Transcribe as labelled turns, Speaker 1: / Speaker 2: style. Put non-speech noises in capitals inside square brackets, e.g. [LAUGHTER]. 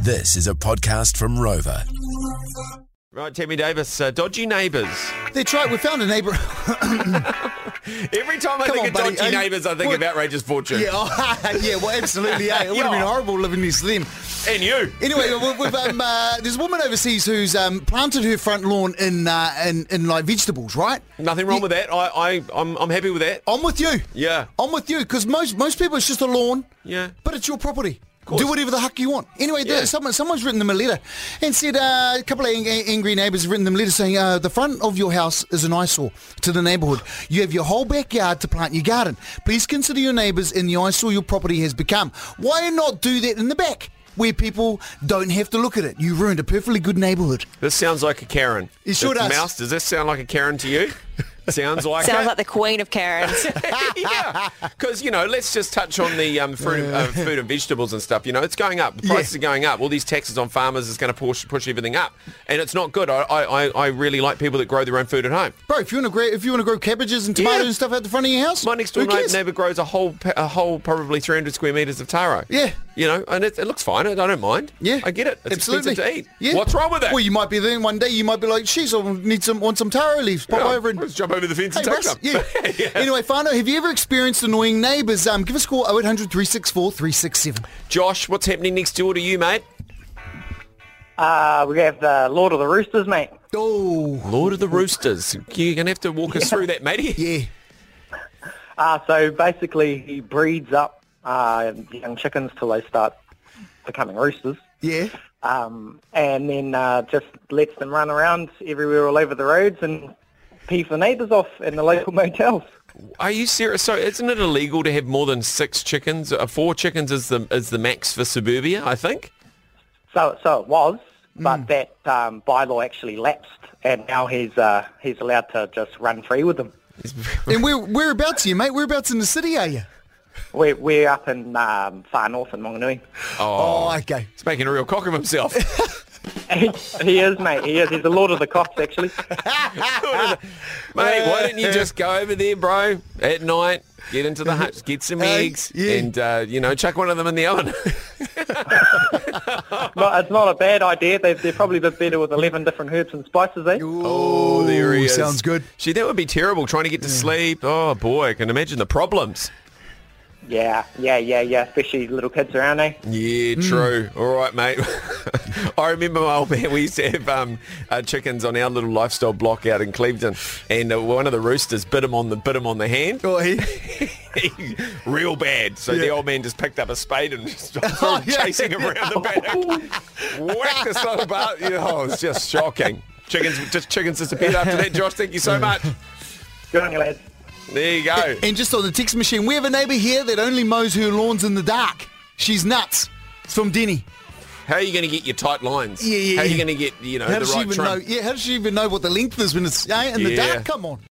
Speaker 1: This is a podcast from Rover.
Speaker 2: Right, Tammy Davis, uh, dodgy neighbours.
Speaker 3: That's right. We found
Speaker 2: [LAUGHS]
Speaker 3: a [LAUGHS] neighbour.
Speaker 2: Every time I
Speaker 3: Come
Speaker 2: think
Speaker 3: on,
Speaker 2: of
Speaker 3: buddy.
Speaker 2: dodgy
Speaker 3: Hey,
Speaker 2: neighbours, I think
Speaker 3: what-
Speaker 2: of outrageous fortune.
Speaker 3: yeah, oh, yeah. Well, absolutely.
Speaker 2: [LAUGHS]
Speaker 3: eh? It would have been
Speaker 2: Yeah.
Speaker 3: horrible living next to them.
Speaker 2: And you.
Speaker 3: Anyway, we- we've, um, uh, there's a woman overseas who's um, planted her front lawn in, uh, in in like vegetables, right?
Speaker 2: Nothing wrong with that. I, I, I'm, I'm happy with that.
Speaker 3: I'm with you.
Speaker 2: Yeah.
Speaker 3: I'm with you because most most people it's just a lawn.
Speaker 2: Yeah.
Speaker 3: But it's your property.
Speaker 2: course.
Speaker 3: Do whatever the heck you want. Anyway,
Speaker 2: Yeah.
Speaker 3: the, someone, someone's written them a letter and said uh, a couple of ang- angry neighbours have written them a letter saying uh, the front of your house is an eyesore to the neighbourhood. You have your whole backyard to plant your garden. Please consider your neighbours and the eyesore your property has become. Why not do that in the back where people don't have to look at it? You ruined a perfectly good neighbourhood.
Speaker 2: This sounds like a Karen.
Speaker 3: It sure
Speaker 2: That's
Speaker 3: does.
Speaker 2: Mouse, does this sound like a Karen to you? sounds like
Speaker 4: Sounds
Speaker 2: it.
Speaker 4: like the queen of Karens.
Speaker 2: [LAUGHS] yeah, because you know, let's just touch on the um, fruit, uh, food and vegetables and stuff. You know, it's going up. The prices
Speaker 3: Yeah.
Speaker 2: are going up. All these taxes on farmers is going to push push everything up, and it's not good. I, I, I I really like people that grow their own food at home.
Speaker 3: Bro, if you want to grow, if you want to grow cabbages and tomatoes
Speaker 2: Yeah.
Speaker 3: and stuff out the front of your house,
Speaker 2: My next door
Speaker 3: who
Speaker 2: neigh-
Speaker 3: cares?
Speaker 2: neighbour grows a whole pa- a whole probably 300 square metres of taro.
Speaker 3: Yeah.
Speaker 2: you know, and it, it looks fine. I don't mind.
Speaker 3: Yeah,
Speaker 2: I get it. It's
Speaker 3: Absolutely.
Speaker 2: expensive to eat. What's wrong with it?
Speaker 3: Well, you might be there one day. You might be like, "She's, I need some, want some taro leaves. Pop
Speaker 2: Yeah,
Speaker 3: over and
Speaker 2: let's jump over the fence and
Speaker 3: Hey,
Speaker 2: take
Speaker 3: Russ,
Speaker 2: some."
Speaker 3: yeah.
Speaker 2: Yeah.
Speaker 3: Anyway, Fano, have you ever experienced annoying neighbours? Um, give us a call 0800 364 367.
Speaker 2: [LAUGHS] Josh, what's happening next door to you, mate?
Speaker 5: Uh, we have the Lord of the Roosters, mate.
Speaker 3: Oh,
Speaker 2: Lord of the Roosters. You're gonna have to walk us through that, matey.
Speaker 3: yeah.
Speaker 5: Uh, so basically, he breeds up uh, young chickens till they start becoming roosters,
Speaker 3: Yeah.
Speaker 5: um, and then uh, just lets them run around everywhere all over the roads and pee for the neighbours off in the local [LAUGHS] motels.
Speaker 2: Are you serious? So isn't it illegal to have more than six chickens? Uh, four chickens is the is the max for suburbia, I think.
Speaker 5: So, so it was, but that um, bylaw actually lapsed, and now he's uh, he's allowed to just run free with them.
Speaker 3: And where, whereabouts are you, mate? Whereabouts in the city are you?
Speaker 5: We're, we're up in um, far north in Whanganui.
Speaker 3: Oh, okay.
Speaker 2: He's making a real cock of himself. [LAUGHS]
Speaker 5: he, [LAUGHS] he is, mate. He is. He's the Lord of the Cops, actually.
Speaker 3: [LAUGHS]
Speaker 2: Mate, why don't you just go over there, bro, at night, get into the hut, get some
Speaker 3: Hey,
Speaker 2: eggs,
Speaker 3: Uh-huh. yeah.
Speaker 2: and, uh, you know, chuck one of them in the oven. [LAUGHS]
Speaker 5: Well, it's not a bad idea. They've, they're probably a bit better with 11 different herbs and spices, eh?
Speaker 2: oh, there he is.
Speaker 3: sounds good.
Speaker 2: Gee, that would be terrible, trying to get to sleep. Oh, boy, I can imagine the problems.
Speaker 5: Yeah, yeah, yeah, yeah. Especially little kids around, eh?
Speaker 2: Yeah,
Speaker 3: Hmm.
Speaker 2: true. All right, mate. [LAUGHS] I remember my old man, we used to have um, uh, chickens on our little lifestyle block out in Clevedon, and uh, one of the roosters bit him on the bit him on the hand.
Speaker 3: Oh, he,
Speaker 2: [LAUGHS] real bad. So the
Speaker 3: Yeah.
Speaker 2: old man just picked up a spade and [LAUGHS] just
Speaker 3: Oh, yeah.
Speaker 2: chasing him around [LAUGHS] the back. Whack the son of a- you know, oh, it's just shocking. Chickens, just chickens disappeared after that. Josh, thank you so much.
Speaker 5: Good on you, lads.
Speaker 2: There you go.
Speaker 3: and just on the text machine, we have a neighbour here that only mows her lawns in the dark. She's nuts. It's from Denny.
Speaker 2: How are you going to get your tight lines?
Speaker 3: Yeah, yeah,
Speaker 2: How are you
Speaker 3: yeah.
Speaker 2: going to get you know
Speaker 3: How
Speaker 2: the
Speaker 3: does she
Speaker 2: right
Speaker 3: even
Speaker 2: trim?
Speaker 3: know? Yeah, how does she even know what the length is when it's eh, in the
Speaker 2: Yeah.
Speaker 3: dark? Come on.